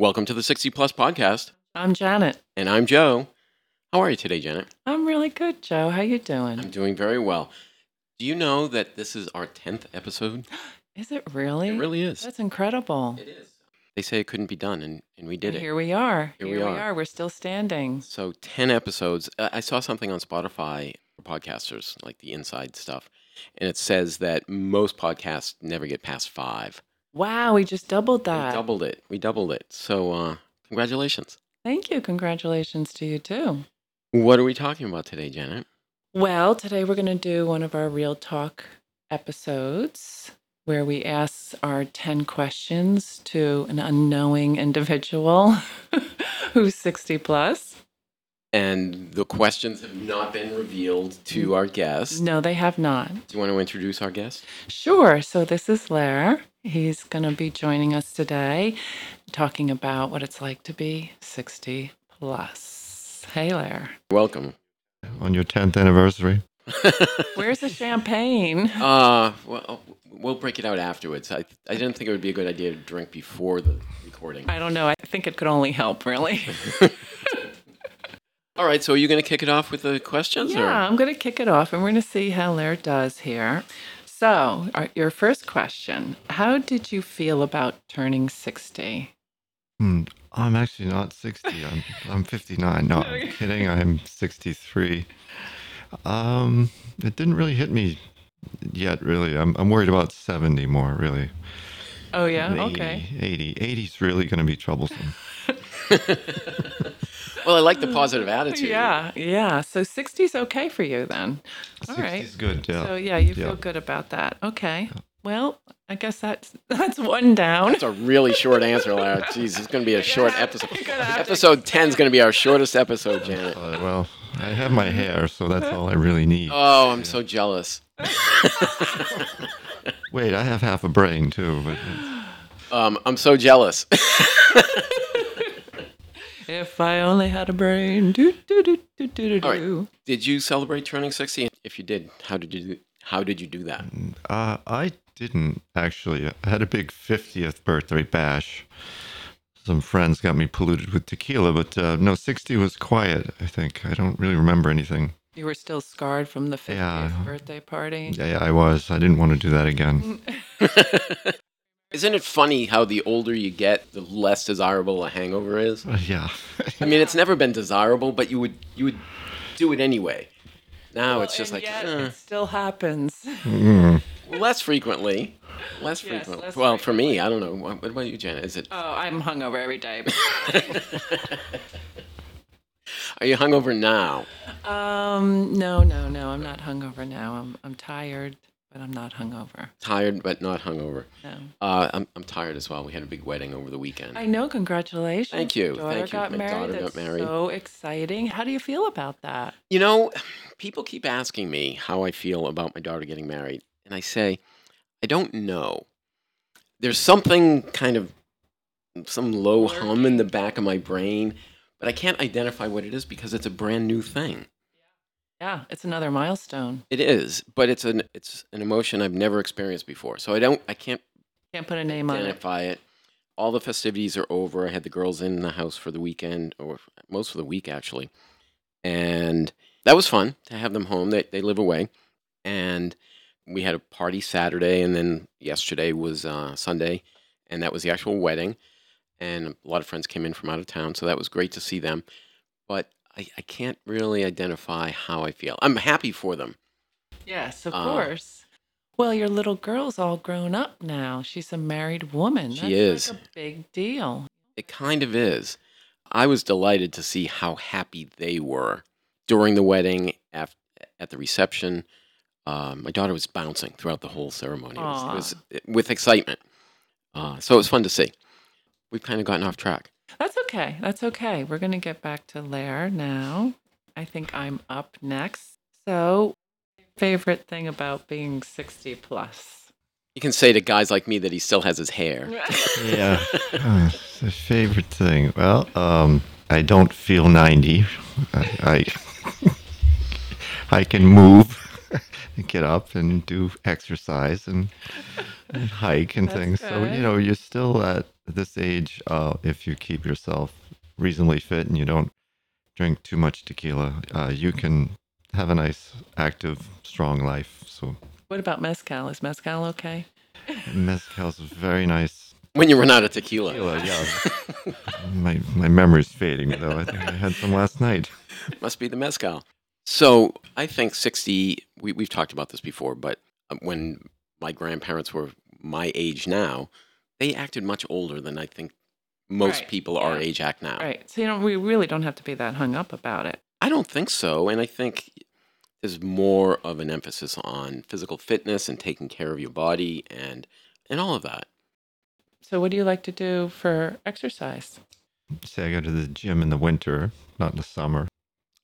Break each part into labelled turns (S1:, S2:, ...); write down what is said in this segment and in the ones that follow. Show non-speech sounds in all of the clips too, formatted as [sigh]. S1: Welcome to the 60 Plus Podcast,
S2: I'm Janet.
S1: and I'm Joe. How are you today, Janet?
S2: I'm really good, Joe. How you doing?
S1: I'm doing very well. Do you know that this is our 10th episode?
S2: Is it really?
S1: It really is.
S2: That's incredible.
S1: It is. They say it couldn't be done, and, and we did
S2: And
S1: it.
S2: Here we are.
S1: Here we
S2: we
S1: are.
S2: are. We're still standing.
S1: So, 10 episodes. I I saw something on Spotify for podcasters, like the inside stuff, and it says that most podcasts never get past five.
S2: Wow, we just doubled
S1: We
S2: that.
S1: doubled it. We doubled it. So, uh, congratulations.
S2: Thank you. Congratulations to you too.
S1: What are we talking about today, Janet?
S2: Well, today we're going to do one of our real talk episodes where we ask our 10 questions to an unknowing [laughs] individual [laughs] who's 60 plus.
S1: And the questions have not been revealed to our guest.
S2: No, they have not.
S1: Do you want to introduce our guest?
S2: Sure. So this is Lair. He's going to be joining us today talking about what it's like to be 60 plus. Hey, Lair.
S1: Welcome.
S3: on your 10th anniversary.
S2: Where's the champagne?
S1: uh, well, we'll break it out afterwards. I, I didn't think it would be a good idea to drink before the recording.
S2: I don't know. I think it could only help, [laughs] really.
S1: All right, so are you going to kick it off with the questions? or-
S2: Yeah, I'm going to kick it off and we're going to see how Lair does here. So, our, your first question How did you feel about turning 60?
S3: Hmm. I'm actually not 60. I'm, I'm 59. No,
S2: [laughs]
S3: I'm kidding. I'm 63. Um, it didn't really hit me yet, really. I'm, I'm worried about 70 more, really.
S2: Oh, yeah.
S3: than 80.
S2: Okay.
S3: 80. 80's really going to be troublesome.
S1: well, I like the positive attitude.
S2: Yeah. Yeah. So, 60 is okay for you then. All
S3: 60's
S2: right.
S3: good, yeah.
S2: So yeah, you
S3: Oh, Yeah.
S2: feel good about that. Okay. Well, I guess that's [laughs] that's one down.
S1: That's a really short answer, Lara. Jeez, it's going to be a short episode.
S2: You're gonna have to-
S1: Episode 10 is going to be our shortest episode, Janet.
S3: Uh, well, I have my hair, so that's all I
S2: [laughs]
S3: really need.
S1: Oh, I'm so jealous.
S3: Wait, I have half a brain, too.
S2: [laughs]
S3: But
S1: Um, I'm so jealous. [laughs]
S2: If I only had a brain. Do, do, do, do, do, do,
S1: All right.
S2: do.
S1: Did you celebrate turning 60? If you did, how did you do, how did you do that?
S3: Uh, I didn't actually. I had a big 50th birthday bash. Some friends got me polluted with tequila, but uh, no, 60 was quiet, I think. I don't really remember anything.
S2: You were still scarred from the 50th
S3: Yeah.
S2: birthday party.
S3: Yeah, yeah, I was. I didn't want to do that again.
S1: Isn't it funny how the older you get, the less desirable a hangover is?
S3: Uh, yeah.
S1: I mean, it's never been desirable, but you would you would do it anyway. Now
S2: Well,
S1: it's just
S2: and
S1: like
S2: yet
S1: eh,
S2: it still
S3: [laughs]
S2: happens.
S3: Mm.
S2: [laughs]
S1: less frequently, less
S2: Yes,
S1: frequent.
S2: less
S1: well, for me, I don't know. What, what about you, Janet? Is it?
S2: Oh, I'm hungover every day.
S1: Are you hungover now?
S2: um, no, no, no. I'm not hungover now. I'm I'm tired, but I'm not hungover.
S1: Tired, but not hungover.
S2: No.
S1: Uh, I'm I'm tired as well. We had a big wedding over the weekend.
S2: I know. Congratulations.
S1: Thank you,
S2: Your Daughter
S1: thank you.
S2: got
S1: My
S2: married.
S1: daughter got
S2: That's
S1: married.
S2: So exciting. How do you feel about that?
S1: You know, people keep asking me how I feel about my daughter getting married. And I say, I don't know. There's something kind of, some low hum in the back of my brain, but I can't identify what it is because it's a brand new thing.
S2: Yeah, it's another milestone.
S1: It is, but it's an it's an emotion I've never experienced before. So I don't I can't
S2: Can't put a name on it.
S1: identify it. All the festivities are over. I had the girls in the house for the weekend, or most of the week actually, and that was fun to have them home. They they live away, and we had a party Saturday, and then yesterday was uh, Sunday, and that was the actual wedding. And a lot of friends came in from out of town, so that was great to see them. But I, I can't really identify how I feel. I'm happy for them.
S2: Yes, of
S1: Uh,
S2: course. Well, your little girl's all grown up now. She's a married woman.
S1: She
S2: That's
S1: is.
S2: Like a big deal.
S1: It kind of is. I was delighted to see how happy they were during the wedding, af- at the reception. Um, my daughter was bouncing throughout the whole ceremony. It was, it
S2: Aw.
S1: was it- with excitement. Uh, so it was fun to see. We've kind of gotten off track.
S2: That's okay. That's okay. We're going to get back to Lair now. I think I'm up next. So, favorite thing about being
S1: [laughs]
S2: 60 plus?
S1: You can say to guys like me that he still has his hair.
S3: [laughs] yeah. Uh, the favorite thing. Well, um, I don't feel 90. I, I, I [laughs] can move and get up and do exercise and, and hike and
S2: That's
S3: things. So,
S2: good.
S3: you know, you're still at at this age, uh, if you keep yourself reasonably fit and you don't drink too much tequila, uh, you can have a nice, active, strong life. So
S2: What about mezcal? Is mezcal okay?
S3: mezcal's very nice.
S1: When you run out of tequila.
S3: Tequila, [laughs] My my memory's fading though. I think I had some last night.
S1: Must be the mezcal. So I think 60, we, we've talked about this before, but um, when my grandparents were my age now, they acted much older than I think most
S2: Right,
S1: people our
S2: yeah.
S1: age act now.
S2: Right. So you know we really don't have to be that hung up about it.
S1: I don't think so. And I think there's more of an emphasis on physical fitness and taking care of your body and, and all of that.
S2: So what do you like to do for exercise?
S3: Say I go to the gym in the winter, not in the summer.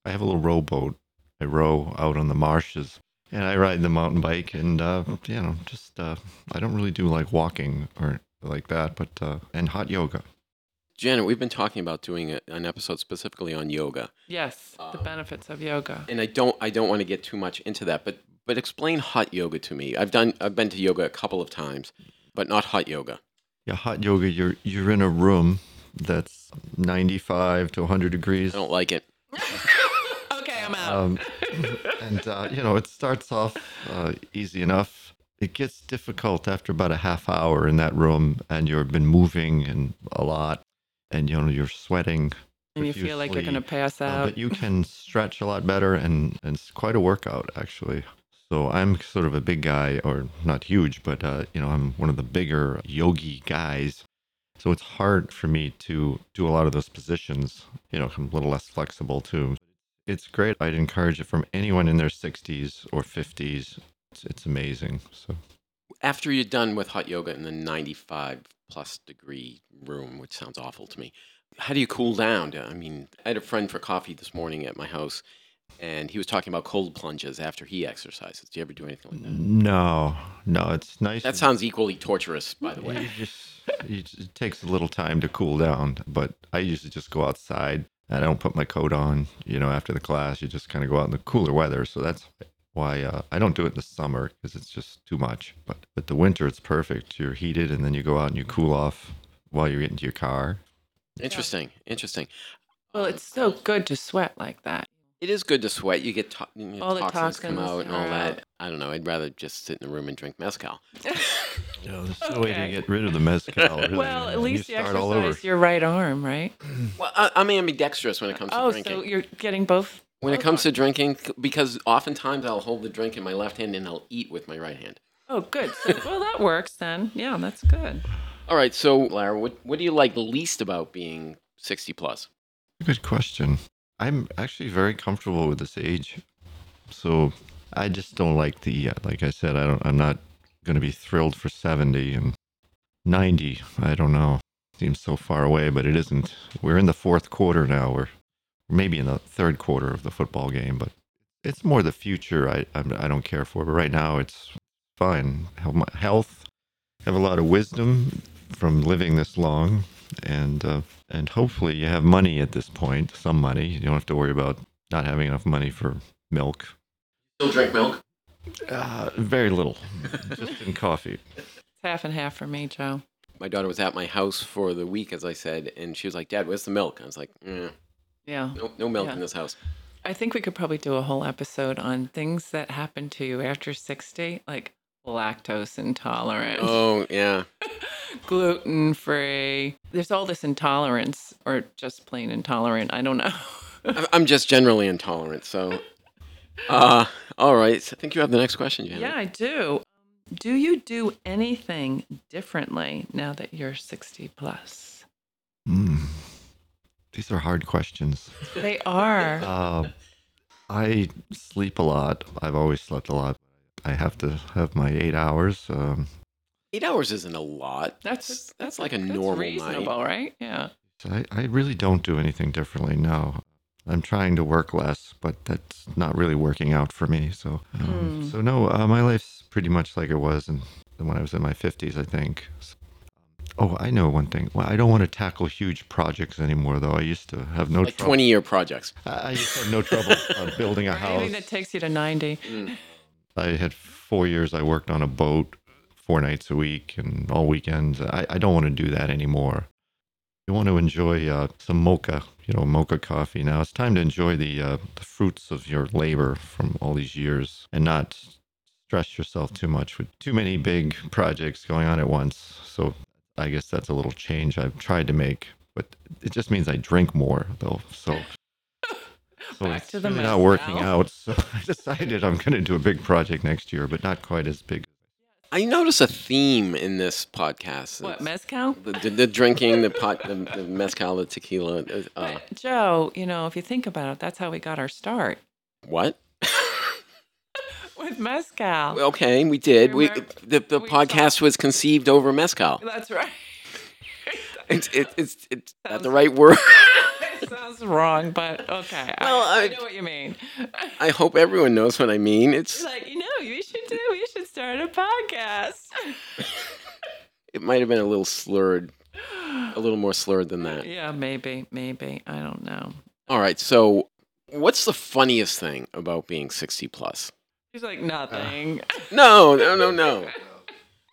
S3: I have a little rowboat. I row out on the marshes, and I ride the mountain bike. And uh, you know, just uh, I don't really do like walking or like that, but uh, and hot yoga.
S1: Janet, we've been talking about doing a, an episode specifically on yoga.
S2: Yes, the
S1: Um,
S2: benefits of yoga.
S1: and I don't I don't want to get too much into that, but but explain hot yoga to me. I've done I've been to yoga a couple of times, but not hot yoga.
S3: Yeah, hot yoga. You're you're in a room that's 95 to 100
S1: I
S3: degrees.
S1: don't like it.
S2: okay, I'm out.
S3: Um, and uh, you know, it starts off uh, easy enough. It gets difficult after about a half hour in that room, and you've been moving and a lot, and you know you're sweating.
S2: and you feel like you're
S3: profusely,
S2: going to pass
S3: uh,
S2: out.
S3: but you can stretch a lot better, and, and it's quite a workout actually. So I'm sort of a big guy, or not huge, but uh, you know I'm one of the bigger yogi guys. So it's hard for me to do a lot of those positions. You know, I'm a little less flexible too. It's great. I'd encourage it from anyone in their 60s or 50s. It's, it's amazing. So
S1: After you're done with hot yoga in the 95 plus degree room, which sounds awful to me, how do you cool down? I mean, I had a friend for coffee this morning at my house, and he was talking about cold plunges after he exercises. Do you ever do anything like that?
S3: no, no, it's nice.
S1: That sounds equally torturous, by the way.
S3: You just, you just- it takes a little time to cool down, but I usually just go outside and I don't put my coat on. You know, after the class, you just kind of go out in the cooler weather. So that's why uh, I don't do it in the summer because it's just too much. But but the winter, it's perfect. You're heated, and then you go out and you cool off while you're getting to your car.
S1: Interesting, interesting.
S2: well, it's so good to sweat like that.
S1: It is good to sweat. You get to- you know,
S2: All the
S1: toxins, come
S2: toxins
S1: out and all
S2: are
S1: that.
S2: out.
S1: I don't know. I'd rather just sit in the room and drink mezcal.
S3: Yeah,
S2: [laughs]
S3: there's no way to
S2: Okay.
S3: get rid of Oh, the [laughs] mezcal. [laughs] Really.
S2: well, at
S3: You
S2: least you
S3: start all over.
S2: exercise your right arm, right?
S1: Well, I, I'm ambidextrous when it comes to
S2: Oh,
S1: drinking.
S2: so you're getting both.
S1: when it
S2: both
S1: comes to
S2: arms.
S1: drinking, c- because oftentimes I'll hold the drink in my left hand and I'll eat with my right hand.
S2: oh, good.
S3: [laughs]
S2: So- well, that works then. Yeah, that's good.
S1: All right. So, Lara, what, what do you like least about being 60 plus?
S3: Good question. I'm actually very comfortable with this age, so I just don't like the yeah. Like I said, I don't. I'm not going to be thrilled for seventy and ninety. I don't know. Seems so far away, but it isn't. We're in the fourth quarter now. We're maybe in the third quarter of the football game, but it's more the future. I I'm, I don't care for. But right now, it's fine. Have my health. Have a lot of wisdom from living this long and uh, and hopefully you have money at this point, some money. You don't have to worry about not having enough money for milk.
S1: Still drink milk.
S3: Uh, very little, [laughs] just in coffee.
S2: It's half and half for me, Joe.
S1: My daughter was at my house for the week, as I said, and she was like, Dad, where's the milk? I was like, "Eh,
S2: Yeah.
S1: no, no milk
S2: Yeah.
S1: in this
S2: [laughs]
S1: house.
S2: I think we could probably do a whole episode on things that happen to you after 60, like lactose intolerant,
S1: Oh, yeah.
S2: gluten free. There's all this intolerance or just plain intolerant. I don't know.
S1: I- I'm just generally intolerant. So, uh, all right. So I think you have the next question, Janet.
S2: yeah, I do. Do you do anything differently now that you're 60 plus?
S3: Mm. These are hard questions.
S2: They [laughs] are.
S3: Uh, I sleep a lot. I've always slept a lot. I have to have my eight hours. Um,
S1: Eight hours isn't a lot.
S2: That's
S1: that's, that's like a normal night.
S2: reasonable, right? Yeah.
S3: so I, I really don't do anything differently. No. I'm trying to work less, but that's not really working out for me. So, um,
S2: Hmm.
S3: so no, uh, my life's pretty much like it was in, when I was in my 50s, I think. So- oh, I know one thing. Well, I don't want to tackle huge projects anymore, though. I used to have no
S1: Like
S3: trouble.
S1: 20 year projects.
S3: I I used to have no trouble uh,
S2: [laughs]
S3: building a
S2: Or anything
S3: house.
S2: that takes you to 90.
S1: Mm.
S3: I had four years. I worked on a boat four nights a week and all weekends. I, I don't want to do that anymore. You want to enjoy uh, some mocha, you know, mocha coffee. Now it's time to enjoy the, uh, the fruits of your labor from all these years and not stress yourself too much with too many big projects going on at once. So I guess that's a little change I've tried to make, but it just means I drink more though.
S2: [laughs]
S3: So so
S2: Back
S3: it's
S2: to the
S3: really
S2: mess
S3: not working
S2: now.
S3: out. So [laughs] I decided I'm going to do a big project next year, but not quite as big.
S1: I notice a theme in this podcast.
S2: What,
S1: It's
S2: Mezcal?
S1: The, the, the drinking, the pot, the, the mezcal, the tequila. uh, Uh,
S2: But Joe, you know, if you think about it, that's how we got our start [laughs]
S1: what?
S2: with Mezcal.
S1: Okay, we did. We
S2: Remember-
S1: the, the
S2: we
S1: podcast was conceived over mezcal.
S2: [laughs] that's right. [laughs]
S1: It's it's it's, it's not the
S2: Sounds-
S1: right
S2: [laughs]
S1: word. [laughs]
S2: That sounds wrong, but okay. I-
S1: Well,
S2: I,
S1: I-
S2: know what you mean. [laughs]
S1: I hope everyone knows what I mean. It's
S2: like, you know, you should do, you should start a podcast. [laughs]
S1: it might have been a little slurred, a little more slurred than that.
S2: Yeah, maybe, maybe. I don't know.
S1: All right. So, what's the funniest thing about being sixty plus?
S2: She's like, nothing.
S1: Uh, No, no, no, no.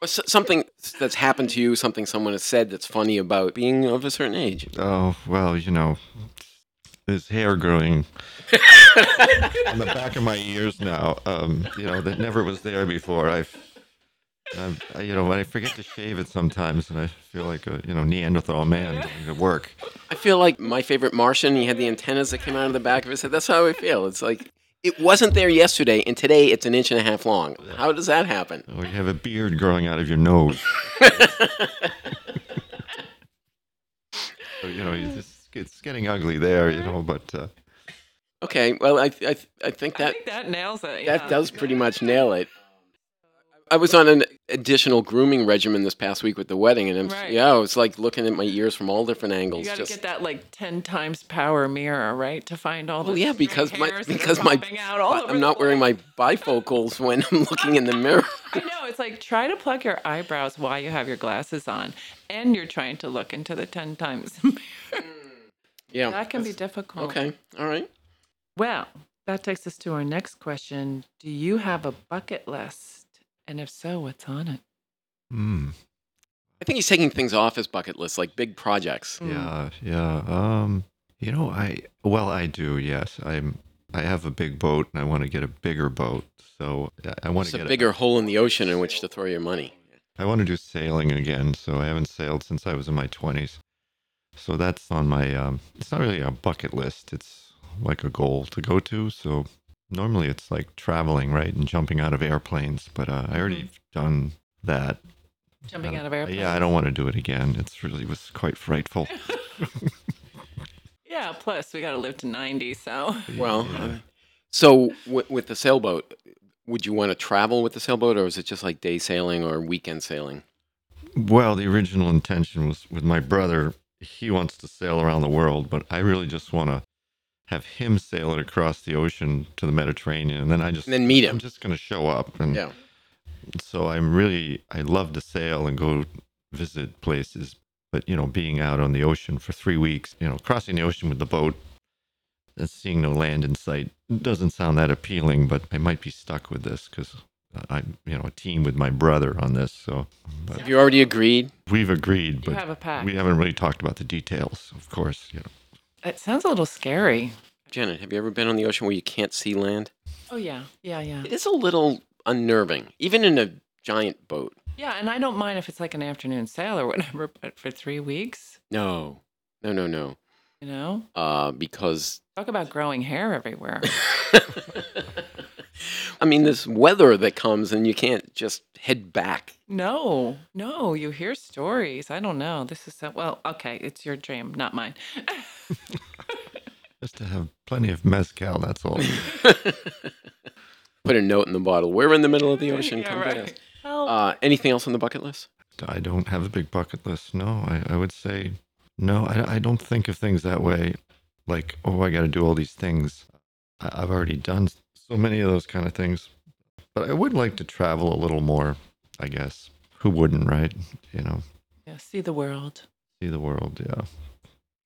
S1: Or s- Something that's happened to you, something someone has said that's funny about being of a certain age.
S3: Oh, well, you know, there's hair growing on the back of my ears now, um, you know, that never was there before. I've, I'm, I, you know, when I forget to shave it sometimes and I feel like a, you know, Neanderthal man doing the work.
S1: I feel like my favorite Martian, he had the antennas that came out of the back of his head. That's how I feel. It's like it wasn't there yesterday, and today it's an inch and a half long. How does that happen?
S3: Or you have a beard growing out of your nose. so, you know, you just, it's getting ugly there, you know, but uh,
S1: Okay, well, I, I, I think
S2: I
S1: that
S2: think that nails
S1: that
S2: it. yeah.
S1: does pretty much nail it. I was on an additional grooming regimen this past week with the wedding, and I'm,
S2: Right.
S1: yeah, I was like looking at my ears from all different
S2: You
S1: angles.
S2: got to
S1: just
S2: get that like ten times power mirror, right, to find all the.
S1: well, yeah,
S2: stray
S1: because my
S2: hairs that are
S1: because my
S2: popping out all over
S1: I'm
S2: the
S1: not wearing my bifocals when I'm looking in the mirror.
S2: I know. It's like try to plug your eyebrows while you have your glasses on and you're trying to look into the
S1: [laughs]
S2: 10 times.
S1: Yeah,
S2: that can be difficult.
S1: okay. All right.
S2: Well, that takes us to our next question. Do you have a bucket list? And if so, what's on it?
S3: hmm.
S1: I think he's taking things off his bucket list, like big projects.
S2: Mm.
S3: Yeah, yeah. Um, you know, I well, I do. Yes, I'm. I have a big boat, and I want to get a bigger boat. So I- I want
S1: It's
S3: to
S1: a
S3: get
S1: bigger hole in the ocean in which to throw your money.
S3: I want to do sailing again. So I haven't sailed since I was in my twenties. So that's on my. Um, it's not really a bucket list. It's like a goal to go to. So normally it's like traveling, right, and jumping out of airplanes. But uh, I already done that.
S2: Mm-hmm. Jumping
S3: I
S2: out
S3: don't-
S2: of airplanes.
S3: Yeah, I don't want to do it again. It's really was
S2: [laughs]
S3: quite frightful.
S2: Yeah, plus we got to live to 90, so.
S1: Well,
S3: Yeah.
S1: uh, so w- with the sailboat, would you want to travel with the sailboat, or is it just like day sailing or weekend sailing?
S3: Well, the original intention was with my brother. He wants to sail around the world, but I really just want to have him sail it across the ocean to the Mediterranean, and then I just
S1: And then meet
S3: I'm
S1: him.
S3: just going to show up, and
S1: Yeah.
S3: so I'm really I love to sail and go visit places, but you know, being out on the ocean for three weeks, you know, crossing the ocean with the boat and seeing no land in sight doesn't sound that appealing. But I might be stuck with this because I'm you know a team with my brother on this, so
S1: Have you already agreed?
S3: we've agreed,
S2: You
S3: but
S2: have a pack.
S3: we haven't really talked about the details, of course. You know.
S2: It sounds a little scary.
S1: Janet, have you ever been on the ocean where you can't see land?
S2: Oh, yeah. Yeah, yeah.
S1: It is a little unnerving, even in a giant boat.
S2: Yeah, and I don't mind if it's like an afternoon sail or whatever, but for three weeks,
S1: No, no, no, no.
S2: you know?
S1: Uh, because
S2: Talk about growing
S1: [laughs]
S2: hair everywhere.
S1: I mean, this weather that comes and you can't just head back.
S2: No, no, you hear stories. I don't know. This is so, well, okay, it's your dream, not mine.
S3: Just to have plenty of mezcal,
S2: [laughs]
S3: that's all.
S1: Put a note in the bottle. We're in the middle of the ocean.
S2: Yeah,
S1: Come
S2: right.
S1: get us.
S2: Help.
S1: Uh, anything else on the bucket list?
S3: I don't have a big bucket list. No, I, I would say no. I, I don't think of things that way. Like, oh, I got to do all these things. I, I've already done so many of those kind of things. But I would like to travel a little more, I guess. Who wouldn't, right? You know,
S2: yeah, see the world.
S3: see the world. Yeah.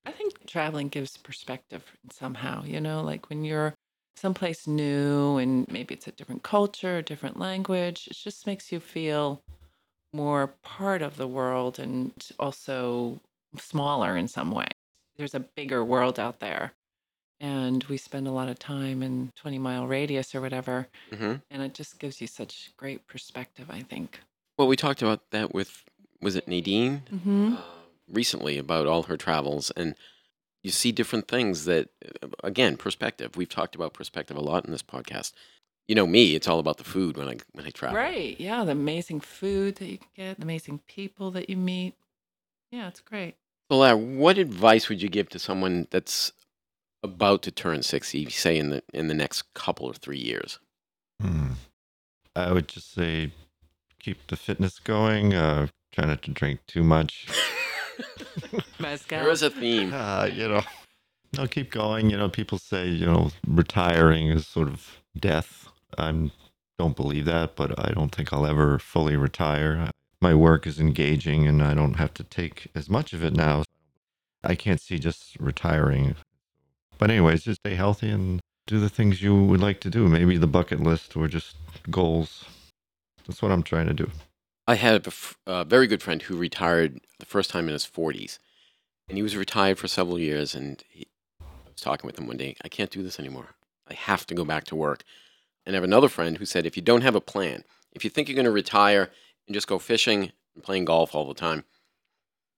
S2: I think traveling gives perspective somehow, you know, like when you're someplace new and maybe it's a different culture, different language, it just makes you feel more part of the world and also smaller in some way. There's a bigger world out there. And we spend a lot of time in 20 mile radius or whatever.
S1: hmm
S2: And it just gives you such great perspective, I think.
S1: Well, we talked about that with, was it Nadine?
S2: Mm-hmm.
S1: uh, recently about all her travels and you see different things that uh, again perspective we've talked about perspective a lot in this podcast you know me it's all about the food when i when i travel
S2: Right. Yeah. The amazing food that you can get, the amazing people that you meet. Yeah, it's great.
S1: so Lara, what advice would you give to someone that's about to turn 60 say in the in the next couple or three years
S3: Hmm. I would just say keep the fitness going. Uh, try not to drink too much.
S2: Mezcal.
S1: there is a
S3: [laughs]
S1: theme
S3: Uh, you know, no, keep going. You know, people say you know retiring is sort of death. I'm don't believe that, but I don't think I'll ever fully retire. My work is engaging, and I don't have to take as much of it now. I can't see just retiring. But anyways, just stay healthy and do the things you would like to do. Maybe the bucket list or just goals. That's what I'm trying to do.
S1: i had a, f- a very good friend who retired the first time in his 40s and he was retired for several years and he, i was talking with him one day i can't do this anymore i have to go back to work and i have another friend who said if you don't have a plan if you think you're going to retire and just go fishing and playing golf all the time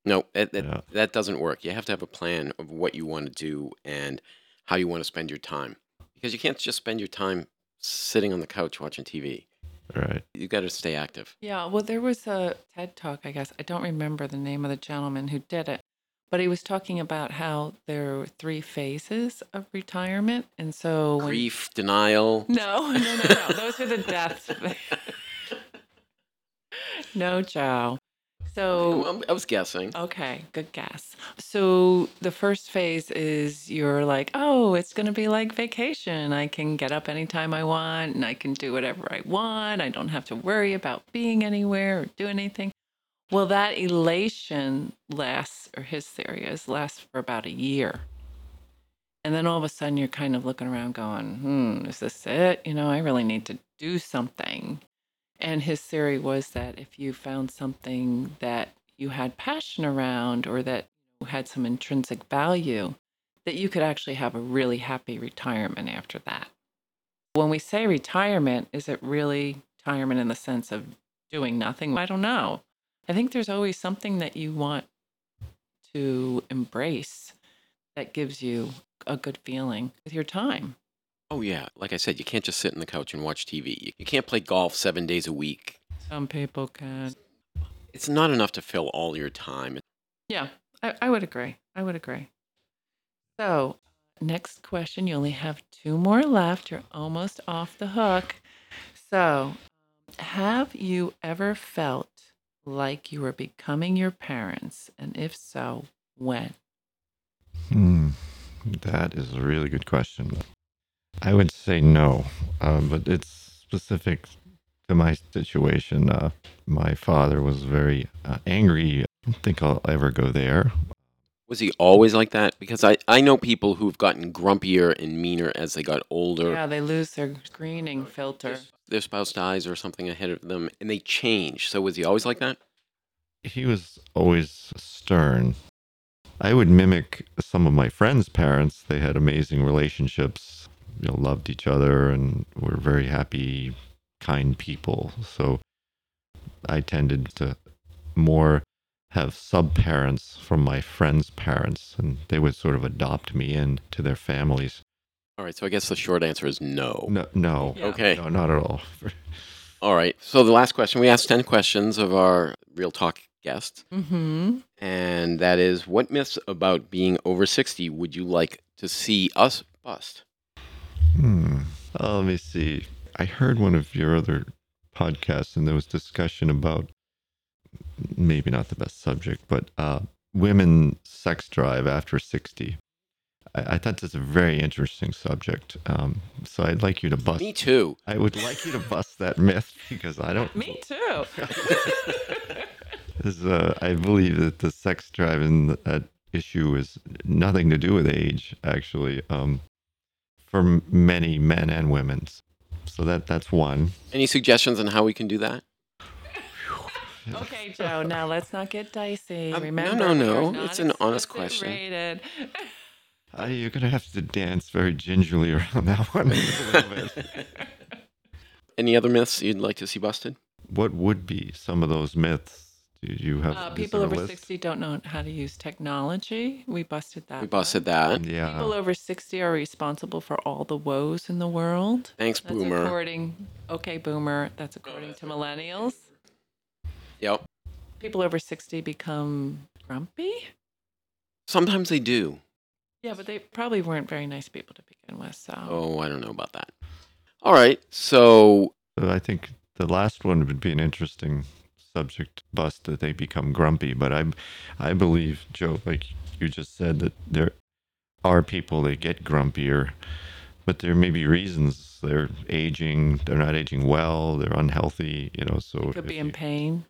S1: no that, that,
S3: Yeah.
S1: that doesn't work you have to have a plan of what you want to do and how you want to spend your time because you can't just spend your time sitting on the couch watching tv
S3: All right.
S1: you got to stay active
S2: Yeah, well, there was a TED talk, I guess. I don't remember the name of the gentleman who did it, but he was talking about how there are three phases of retirement. And so, when,
S1: grief denial
S2: no, no, no,
S1: [laughs]
S2: no, those are the deaths. [laughs] no, Joe. So,
S1: Well, I was guessing.
S2: Okay, good guess. So the first phase is you're like, oh, it's going to be like vacation. I can get up anytime I want and I can do whatever I want. I don't have to worry about being anywhere or do anything. Well, that elation lasts, or his theory is, lasts for about a year. And then all of a sudden you're kind of looking around going, hmm, is this it? You know, I really need to do something. And his theory was that if you found something that you had passion around or that had some intrinsic value, that you could actually have a really happy retirement after that. When we say retirement, is it really retirement in the sense of doing nothing? I don't know. I think there's always something that you want to embrace that gives you a good feeling with your time.
S1: Oh yeah, like I said, you can't just sit on the couch and watch TV. You- You can't play golf seven days a week.
S2: Some people can.
S1: It's not enough to fill all your time.
S2: Yeah, I, I would agree. I would agree. So, next question. You only have two more left. You're almost off the hook. So, have you ever felt like you were becoming your parents? And if so, when?
S3: Hmm. That is a really good question. I would say no, um, but it's specific to my situation. Uh, my father was very uh, angry. I don't think I'll ever go there.
S1: Was he always like that? Because I, I know people who've gotten grumpier and meaner as they got older.
S2: Yeah, they lose their screening filter.
S1: Their spouse dies or something ahead of them, and they change. So was he always like that?
S3: He was always stern. I would mimic some of my friends' parents. They had amazing relationships, you know, loved each other, and were very happy, kind people. So I tended to more have subparents from my friends' parents, and they would sort of adopt me into their families.
S1: All right. So I guess the short answer is no.
S3: No, no,
S2: Yeah.
S1: Okay.
S3: no, not at all.
S1: All right. So the last question we asked ten questions of our real talk guest,
S2: Mm-hmm.
S1: and that is, what myths about being over sixty would you like to see us bust?
S3: Hmm. Oh, let me see. I heard one of your other podcasts, and there was discussion about maybe not the best subject, but uh, women sex drive after sixty. I, I thought that's a very interesting subject. Um, so I'd like you to bust.
S1: Me too.
S3: I would like you to bust that myth [laughs] because I don't.
S2: Me too.
S3: This, uh, I believe that the sex drive and that issue is nothing to do with age, actually, um, for m- many men and women. So that that's one.
S1: Any suggestions on how we can do that?
S2: Okay, Joe. Now let's not get dicey.
S1: Um, no, no,
S2: Remember, we
S1: no,
S2: are not
S1: it's an honest
S2: explicit
S1: question.
S2: rated. [laughs]
S3: Uh, you're going to have to dance very gingerly [laughs] around that one [laughs] a little
S1: [laughs]
S3: bit.
S1: Any other myths you'd like to see busted?
S3: what would be some of those myths? Do you have
S2: Uh,
S3: is
S2: people
S3: there a
S2: over
S3: list?
S2: sixty don't know how to use technology. We busted that.
S1: We
S2: one.
S1: busted that.
S3: Yeah.
S2: People over sixty are responsible for all the woes in the world.
S1: Thanks,
S2: That's
S1: Boomer.
S2: according. Okay, boomer. That's according to millennials.
S1: Yep.
S2: People over sixty become grumpy.
S1: Sometimes they do.
S2: Yeah, but they probably weren't very nice people to begin with. So
S1: Oh, I don't know about that. All right. So,
S3: Uh, I think the last one would be an interesting subject to bust that they become grumpy. But I, I believe Joe, like you just said, that there are people that get grumpier, but there may be reasons. They're aging. They're not aging well. They're unhealthy. You know, so
S2: they could
S3: if
S2: be in
S3: you-
S2: pain.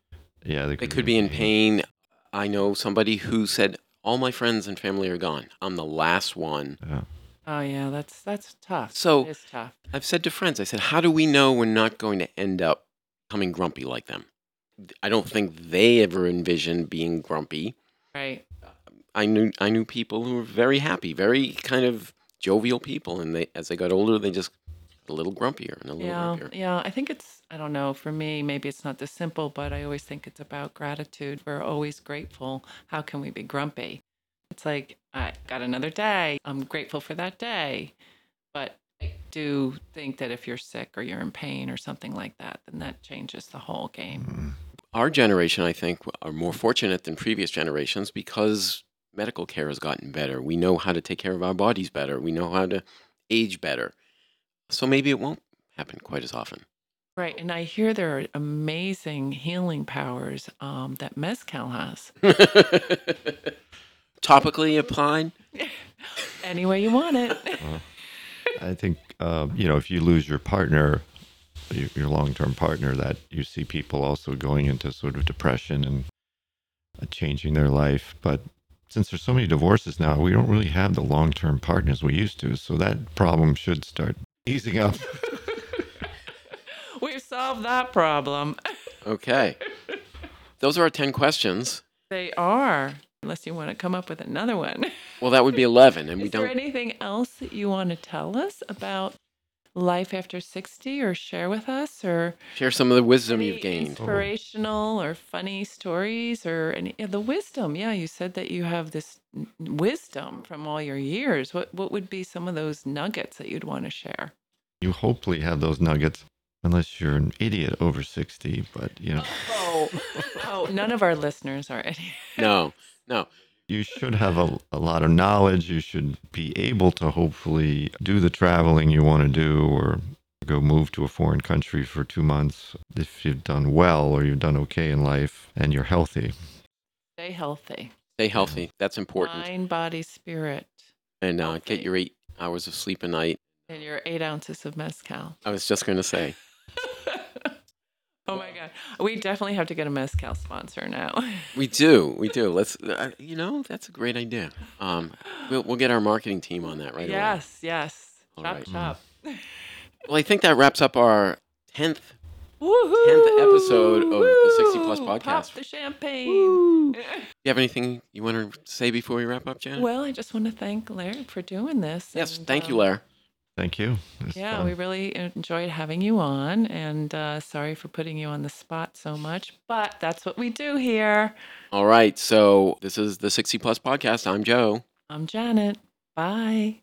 S3: Yeah, they
S1: they could be in pain. I know somebody who said, All my friends and family are gone. I'm the last one.
S3: Yeah.
S2: Oh yeah, that's that's tough.
S1: So-
S2: it's tough.
S1: I've said to friends, I said, How do we know we're not going to end up coming grumpy like them? I don't think they ever envisioned being grumpy.
S2: Right.
S1: I knew I knew people who were very happy, very kind of jovial people, and they as they got older, they just got a little grumpier and a little
S2: Yeah.
S1: grumpier.
S2: Yeah. I think it's I don't know, for me, maybe it's not this simple, but I always think it's about gratitude. We're always grateful. How can we be grumpy? It's like I got another day. I'm grateful for that day. But I do think that if you're sick or you're in pain or something like that, then that changes the whole
S1: Mm-hmm.
S2: game.
S3: Mm.
S1: Our generation, I think, are more fortunate than previous generations because medical care has gotten better. We know how to take care of our bodies better. We know how to age better. So maybe it won't happen quite as often.
S2: Right. And I hear there are amazing healing powers um, that Mezcal has.
S1: [laughs] Topically applied,
S2: Any way you want it. [laughs]
S3: I think uh, you know if you lose your partner, your, your long-term partner, that you see people also going into sort of depression and uh, changing their life. But since there's so many divorces now, we don't really have the long-term partners we used to, so that problem should start easing up.
S2: We've solved that problem.
S1: okay. Those are our ten questions.
S2: They are, unless you want to come up with another one.
S1: Well, that would be eleven, and we
S2: Is there
S1: don't.
S2: anything else that you want to tell us about life after 60 or share with us or
S1: Share some of the wisdom
S2: any
S1: you've gained.
S2: inspirational or funny stories or any yeah, the wisdom? Yeah, you said that you have this n- wisdom from all your years. What what would be some of those nuggets that you'd want to share?
S3: you hopefully have those nuggets, unless you're an idiot over sixty. But you know,
S2: Oh, [laughs] oh, none of our listeners are any.
S1: No, no.
S3: you should have a, a lot of knowledge. You should be able to hopefully do the traveling you want to do or go move to a foreign country for two months if you've done well or you've done okay in life and you're healthy.
S2: Stay healthy.
S1: Stay healthy. That's important.
S2: Mind, body, spirit,
S1: And uh, get
S2: healthy.
S1: your eight hours of sleep a night.
S2: and your eight ounces of mezcal. [laughs]
S1: I was just going to say.
S2: Oh my god, we definitely have to get a mezcal sponsor now. [laughs]
S1: We do. We do. Let's, uh, you know, that's a great idea. Um, we'll, we'll get our marketing team on that right away.
S2: yes, yes.
S1: All
S2: chop
S1: right.
S2: chop.
S1: Well, I think that wraps up our 10th.
S2: Woohoo!
S1: Mm. episode of the 60 Plus
S2: Woo!
S1: podcast.
S2: Pop the champagne.
S1: You have anything you want to say before we wrap up, Janet?
S2: [laughs] Well, I just want to thank Larry for doing this.
S1: yes.
S2: and,
S1: Thank you,
S2: um,
S1: Lara.
S3: Thank you. It's
S2: Yeah,
S3: fun.
S2: we really enjoyed having you on, and uh, sorry for putting you on the spot so much, but that's what we do here.
S1: All right. So this is the 60 Plus Podcast. I'm Joe.
S2: I'm Janet. Bye.